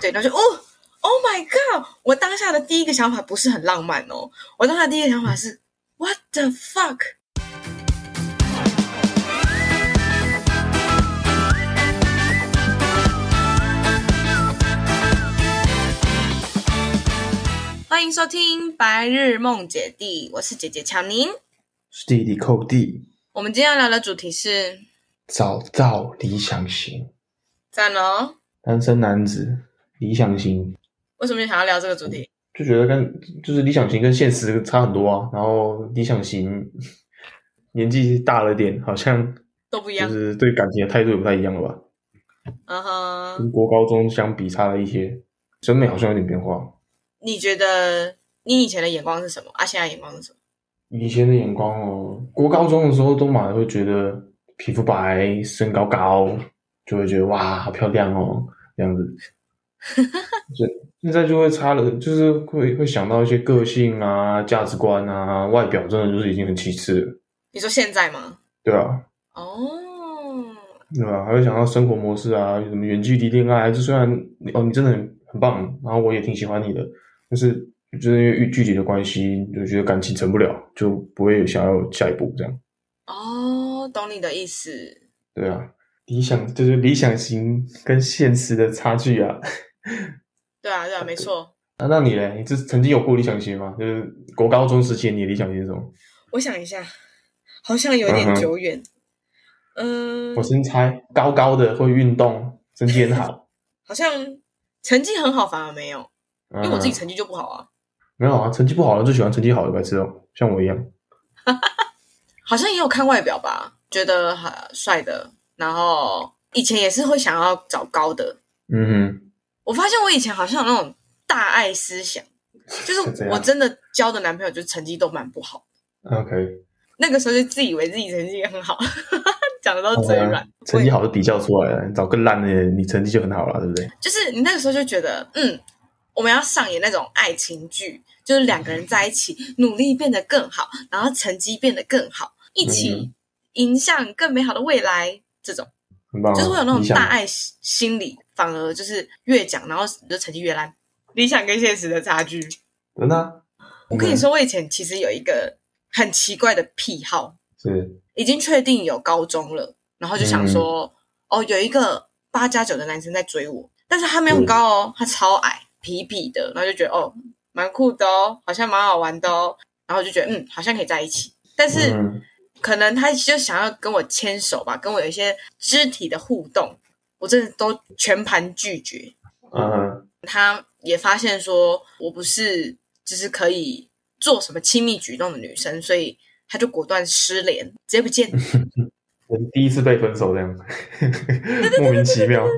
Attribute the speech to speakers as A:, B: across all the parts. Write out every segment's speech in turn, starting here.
A: 对，然后就哦，Oh my God！我当下的第一个想法不是很浪漫哦，我当下第一个想法是 What the fuck！欢迎收听《白日梦姐弟》，我是姐姐乔宁。
B: 是弟弟扣弟，
A: 我们今天要聊的主题是
B: 找到理想型，
A: 赞哦。
B: 单身男子理想型，
A: 为什么想要聊这个主题？
B: 就觉得跟就是理想型跟现实差很多啊。然后理想型年纪大了点，好像
A: 都不一
B: 就
A: 样。
B: 是对感情的态度也不太一样了吧？
A: 嗯哼，
B: 跟国高中相比差了一些，审美好像有点变化。
A: 你觉得你以前的眼光是什么？啊，现在眼光是什么？
B: 以前的眼光哦，国高中的时候都嘛会觉得皮肤白、身高高，就会觉得哇好漂亮哦这样子。现现在就会差了，就是会会想到一些个性啊、价值观啊、外表，真的就是已经很其次了，
A: 你说现在吗？
B: 对啊，
A: 哦，
B: 对吧、还会想到生活模式啊，什么远距离恋爱，就虽然你哦你真的很很棒，然后我也挺喜欢你的，但是就是因为距离的关系，就觉得感情成不了，就不会想要有下一步这样。
A: 哦，懂你的意思。
B: 对啊，理想就是理想型跟现实的差距啊。
A: 对啊，对啊，没错。
B: 那、那你嘞？你这曾经有过理想型吗？就是国高中时期，你的理想型是什么？
A: 我想一下，好像有
B: 嗯
A: 点
B: 哼
A: 久远。嗯、
B: 我先猜，高高的，会运动，成绩很好。
A: 好像成绩很好，反而没有，因为我自己
B: 嗯
A: 成绩就不好啊。
B: 没有啊，成绩不好的就喜欢成绩好的白痴哦，像我一样。
A: 好像也有看外表吧，觉得很帅的，然后以前也是会想要找高的，
B: 嗯
A: 我发现我以前好像有那种大爱思想，就是
B: 是这样
A: 我真的交的男朋友就是成绩都蛮不好，
B: 哼，OK，
A: 那个时候就自以为自己成绩很好， 讲的都嘴软，
B: 成绩好的比较出来了，找更烂的，你成绩就很好了，对不对？
A: 就是你那个时候就觉得，嗯，我们要上演那种爱情剧，就是两个人在一起努力变得更好，然后成绩变得更好，一起
B: 嗯
A: 迎向更美好的未来，这种
B: 很棒、啊，
A: 就是会有那
B: 理
A: 种
B: 想
A: 大爱心心理，反而就是越讲，然后你就成绩越烂，理想跟现实的差距。
B: 真的啊。
A: 我跟你说，我以前其实有一个很奇怪的癖好，
B: 嗯，是
A: 已经确定有高中了，然后就想说，哦，有一个八加九的男生在追我，但是他没有很高哦，他超矮，痞痞的，然后就觉得哦，蛮酷的哦，好像蛮好玩的哦，然后就觉得嗯，好像可以在一起，但是。
B: 嗯
A: 可能他就想要跟我牵手吧，跟我有一些肢体的互动，我真的都全盘拒绝。
B: 嗯
A: 他也发现说我不是就是可以做什么亲密举动的女生，所以他就果断失联，直接不见。
B: 人第一次被分手这样，莫名其妙。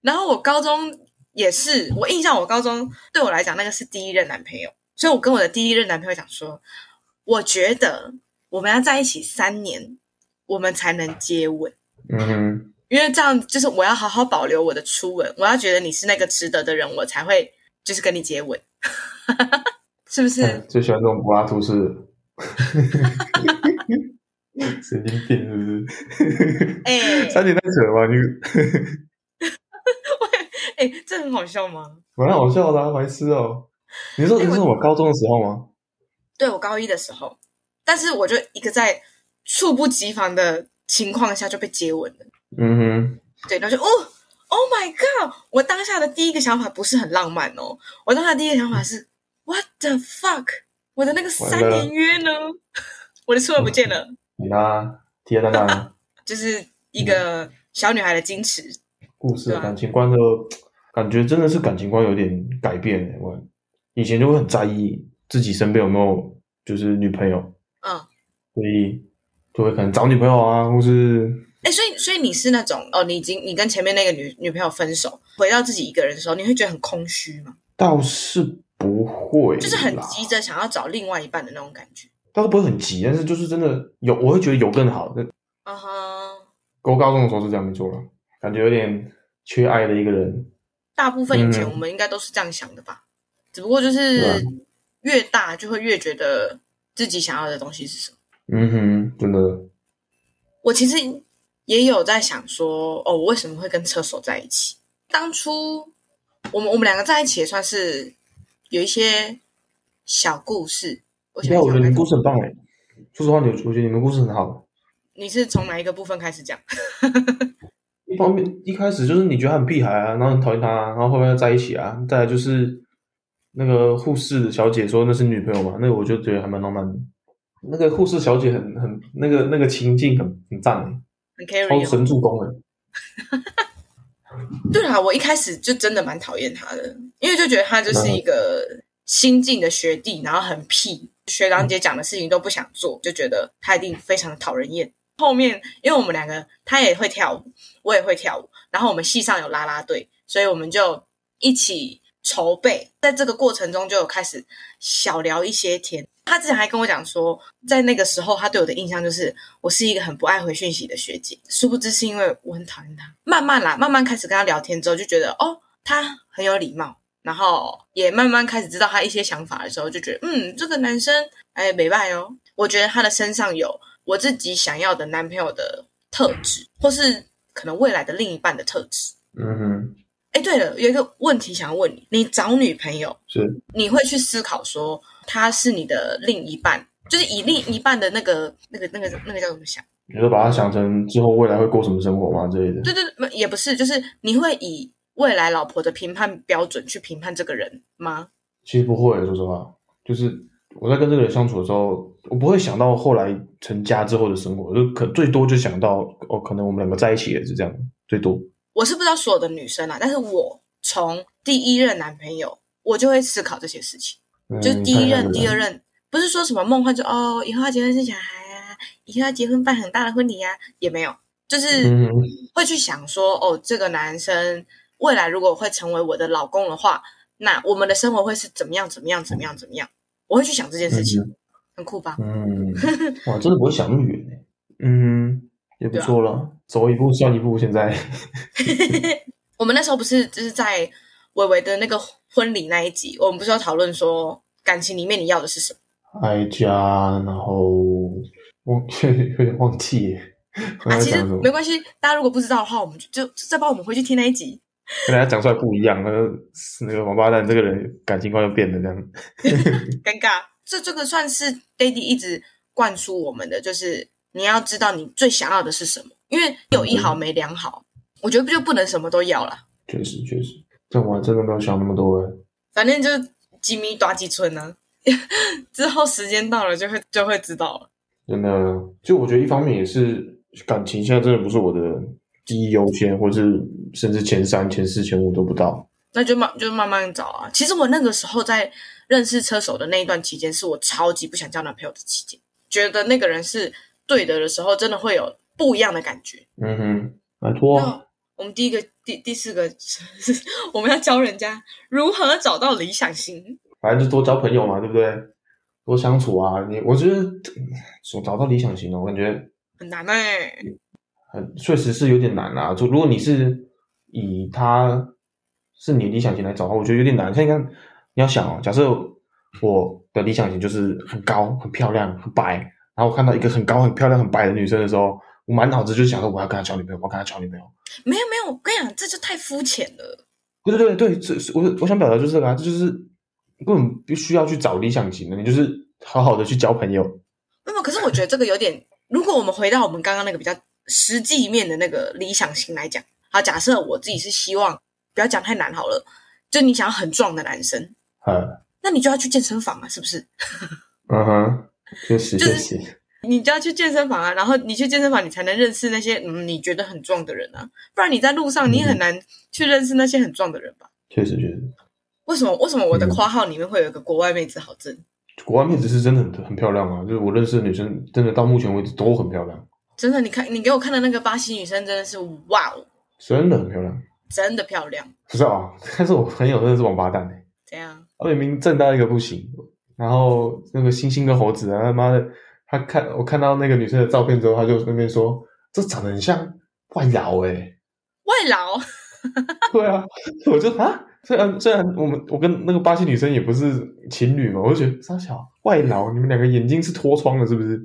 A: 然后我高中也是，我印象我高中对我来讲那个是第一任男朋友，所以我跟我的第一任男朋友讲说，我觉得我们要在一起三年，我们才能接吻。
B: 嗯哼，
A: 因为这样就是我要好好保留我的初吻，我要觉得你是那个值得的人，我才会就是跟你接吻， 是不是？
B: 嗯 最喜欢这种柏拉图式的， 神经病是不是？
A: 哎、
B: 三点太扯了吧？你
A: 哎、这很好笑吗？
B: 蛮好笑的、啊，白痴哦！你说
A: 哎
B: 你
A: 我
B: 是我高中的时候吗？
A: 对我高一的时候，但是我就一个在猝不及防的情况下就被接吻了，
B: 嗯哼，
A: 对，然后就哦，Oh my god！我当下的第一个想法不是很浪漫哦，我当下第一个想法是 What the fuck！我的那个三
B: 完了嗯
A: 年约呢？我的初吻不见了，
B: 你啦，铁蛋蛋，
A: 就是一个小女孩的矜持，
B: 故事
A: 对
B: 的
A: 啊
B: 感情观的感觉真的是感情观有点改变欸我以前就会很在意自己身边有没有就是女朋友，
A: 嗯。
B: 所以就会可能找女朋友啊，或是
A: 哎、所以所以你是那种哦，你已经你跟前面那个女女朋友分手，回到自己一个人的时候，你会觉得很空虚吗？
B: 倒是不会啦，
A: 就是很急着想要找另外一半的那种感觉。
B: 倒是不会很急，但是就是真的有，我会觉得有更好。那
A: 啊哈，
B: 我高中的时候是这样没错了，感觉有点缺爱的一个人。
A: 大部分以前
B: 嗯
A: 我们应该都是这样想的吧，只不过就
B: 对啊
A: 是越大就会越觉得自己想要的东西是什么。
B: 嗯哼，真的，
A: 我其实也有在想说，哦，我为什么会跟车手在一起？当初我们我们两个在一起也算是有一些小故事。我想
B: 对啊，我觉得你
A: 想
B: 们故事很棒哎。说实话，你我觉得你们故事很好。
A: 你是从哪一个部分开始讲？
B: 一方面一开始就是你觉得他很屁孩啊，然后很讨厌他、啊，然后后面在一起啊。再来就是那个护士小姐说那是女朋友嘛，那个我就觉得还蛮浪漫的。那个护士小姐很很那个那个情境很很赞欸
A: 很
B: 超
A: carry 哦。
B: 神助攻哎。
A: 对啦，我一开始就真的蛮讨厌他的，因为就觉得他就是一个新进的学弟，然后很屁，学长姐讲的事情都不想做，就觉得他一定非常的讨人厌。后面因为我们两个他也会跳舞，我也会跳舞，然后我们系上有啦啦队，所以我们就一起筹备，在这个过程中就有开始小聊一些天。他之前还跟我讲说，在那个时候他对我的印象就是我是一个很不爱回讯息的学姐，殊不知是因为我很讨厌他。慢慢啦，慢慢开始跟他聊天之后，就觉得哦，他很有礼貌，然后也慢慢开始知道他一些想法的时候，就觉得嗯，这个男生哎，美拜哦，我觉得他的身上有我自己想要的男朋友的特质，或是可能未来的另一半的特质。
B: 嗯哼，
A: 哎，对了，有一个问题想要问你：你找女朋友，
B: 是
A: 你会去思考说他是你的另一半，就是以另一半的那个、那个、那个、那个叫怎么想？
B: 你就把它想成之后未来会过什么生活嘛之类的。
A: 对对对，也不是，就是你会以未来老婆的评判标准去评判这个人吗？
B: 其实不会，说实话，就是我在跟这个人相处的时候，我不会想到后来成家之后的生活，就可最多就想到哦，可能我们两个在一起也是这样，最多。
A: 我是不知道所有的女生啊啦，但是我从第一任男朋友，我就会思考这些事情，
B: 嗯
A: 就是第一任、第二，
B: 你看看这个人
A: 任，不是说什么梦幻就哦，以后要结婚生小孩啊，以后要结婚办很大的婚礼啊，也没有，就是。
B: 嗯哼，
A: 会去想说，哦，这个男生未来如果会成为我的老公的话，那我们的生活会是怎么样？怎么样？怎么样？怎么样？我会去想这件事情，很酷吧？
B: 嗯，哇，真的不会想那么远欸嗯，也
A: 啊
B: 不错了，走一步算一步。现在
A: 我们那时候不是就是在伟伟的那个婚礼那一集，我们不是要讨论说感情里面你要的是什么？
B: 哀家，然后忘 有点忘记耶，我
A: 啊，
B: 刚才
A: 其实
B: 讲什么
A: 没？关系，大家如果不知道的话，我们就就就再帮我们回去听那一集。
B: 跟大家讲出来不一样，那个那个王八蛋这个人感情观就变了这样。
A: 尴尬。这这个算是 Daddy 一直灌输我们的，就是你要知道你最想要的是什么，因为有一好没两好，我觉得就不能什么都要啦，
B: 确实确实，但我还真的没有想那么多哎。
A: 反正就几米短几寸呢、 之后时间到了就会就会知道了。
B: 真的，就我觉得一方面也是感情，现在真的不是我的第一优先，或是甚至前三、前四、前五都不到。
A: 那就慢就慢慢找啊。其实我那个时候在认识车手的那一段期间，是我超级不想交男朋友的期间，觉得那个人是对的的时候，真的会有不一样的感觉。
B: 嗯哼，拜托，
A: 那我们第一个、第第四个， 我们要教人家如何找到理想型。
B: 反正就多交朋友嘛，对不对？多相处啊，你我觉得所 找到理想型的，哦我感觉
A: 很难哎、
B: 很确实是有点难啦、就如果你是以他是你的理想型来找的话，我觉得有点难。像你看，你要想哦，假设我的理想型就是很高、很漂亮、很白，然后我看到一个很高、很漂亮、很白的女生的时候，我满脑子就想着我要跟她交女朋友，我要跟她交女朋友。
A: 没有没有，我跟你讲，这就太肤浅了。
B: 对对对对，这是我我想表达就是这个啊，这就是根本不需要去找理想型的，你就是好好的去交朋友。
A: 没有，可是我觉得这个有点，如果我们回到我们刚刚那个比较实际面的那个理想型来讲，好，假设我自己是希望，不要讲太难好了，就你想要很壮的男生，
B: 嗯
A: 那你就要去健身房啊，是不是？
B: 嗯哼，确实
A: 就是
B: 确实，
A: 你就要去健身房啊，然后你去健身房，你才能认识那些嗯你觉得很壮的人啊，不然你在路上你很难去认识那些很壮的人吧。
B: 确实确实。
A: 为什么？为什么我的
B: 嗯
A: 括号里面会有一个国外妹子好正？
B: 国外妹子是真的很很漂亮啊，就是我认识的女生，真的到目前为止都很漂亮，
A: 真的，你看你给我看的那个巴西女生真的是哇哦，
B: 真的很漂亮。
A: 真的漂亮。
B: 不是啊， 但是我朋友真的是王八蛋哎、欸，
A: 怎样？
B: 他明明正到一个不行，然后那个猩猩跟猴子啊，他妈的，他看我看到那个女生的照片之后，他就那边说这长得很像外劳哎、
A: 外劳
B: 对啊， 我就啊，虽然虽然我们我跟那个巴西女生也不是情侣嘛，我就觉得傻小外劳，你们两个眼睛是脱窗的，是不是？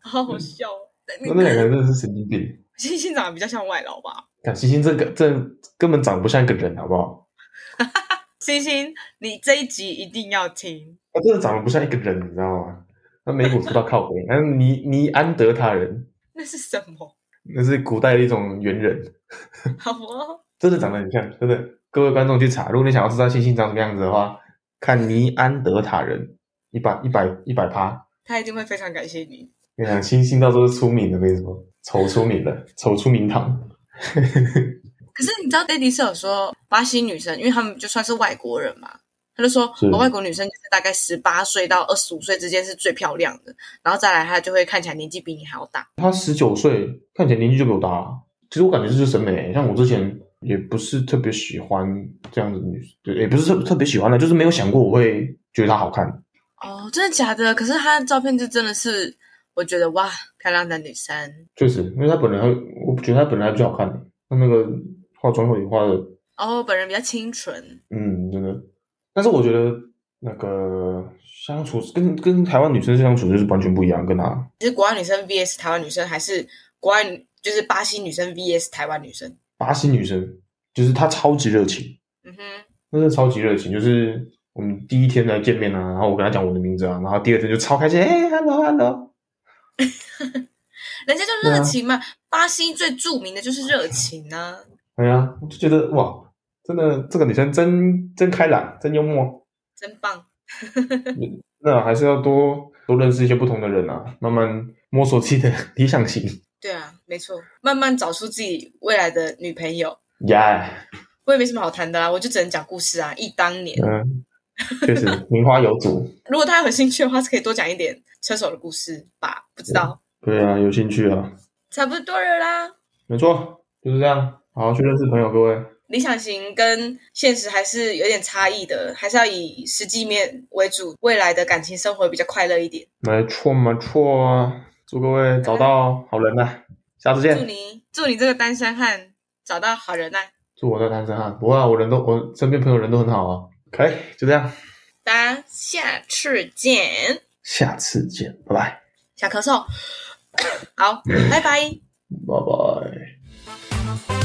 A: 好好笑哦。你
B: 嗯那两个人真的是神经病。
A: 星星长得比较像外劳吧？
B: 看星星这个这根本长不像一个人，好不好？
A: 星星，你这一集一定要听。
B: 他真的长得不像一个人，你知道吗？他眉骨粗到靠 背，还有尼尼安德塔人，
A: 那是什么？
B: 那是古代的一种猿人，
A: 好哦，
B: 真的长得很像，真的。各位观众去查，如果你想要知道星星长什么样子的话，看尼安德塔人，一百一百一百趴。
A: 他一定会非常感谢你。
B: 跟你讲，星星到时候是出名的，我跟你说，丑出名了，丑出名堂。
A: 可是你知道，Daddy 是有说巴西女生，因为他们就算是外国人嘛，他就说
B: 是
A: 我外国女生就是大概十八岁到二十五岁之间是最漂亮的，然后再来她就会看起来年纪比你还要大。
B: 他十九岁，看起来年纪就比我大啊。其实我感觉这就是审美，像我之前也不是特别喜欢这样子的女生，对，也不是特特别喜欢的，就是没有想过我会觉得她好看。
A: 哦，真的假的？可是她的照片就真的是，我觉得哇，漂亮的女生
B: 确实，因为她本来我觉得她本来比较好看，她那个化妆会化的，
A: 哦，本人比较清纯，
B: 嗯，真的。但是我觉得那个相处跟跟台湾女生相处就是完全不一样，跟她
A: 就是国外女生 VS 台湾女生，还是国外女就是巴西女生 VS 台湾女生？
B: 巴西女生就是她超级热情，
A: 嗯哼，
B: 那是超级热情，就是我们第一天来见面啊，然后我跟他讲我的名字啊，然后第二天就超开心，哎、h e l l o hello，
A: 人家就热情嘛，巴西最著名的就是热情啊。
B: 哎呀，我就觉得哇，真的这个女生真真开朗，真幽默，
A: 真棒！
B: 那还是要多多认识一些不同的人啊，慢慢摸索自己的理想型，
A: 对啊，没错，慢慢找出自己未来的女朋友。
B: 呀、
A: 我也没什么好谈的啦，我就只能讲故事啊。忆当年，
B: 嗯，确实名花有主，
A: 如果大家有兴趣的话，是可以多讲一点车手的故事吧。不知道，
B: 对啊，有兴趣啊，
A: 差不多了啦。
B: 没错，就是这样，好好去认识朋友，各位，
A: 理想型跟现实还是有点差异的，还是要以实际面为主，未来的感情生活比较快乐一点。
B: 没错没错，啊祝各位找到好人呐、啊下次见
A: 祝。你，祝你这个单身汉找到好人呐、
B: 祝我在单身汉，不过、啊、我人都我身边朋友人都很好啊。OK，就这样，
A: 大家下次见。
B: 下次见，拜拜，
A: 想咳嗽，好，拜拜。
B: 拜拜。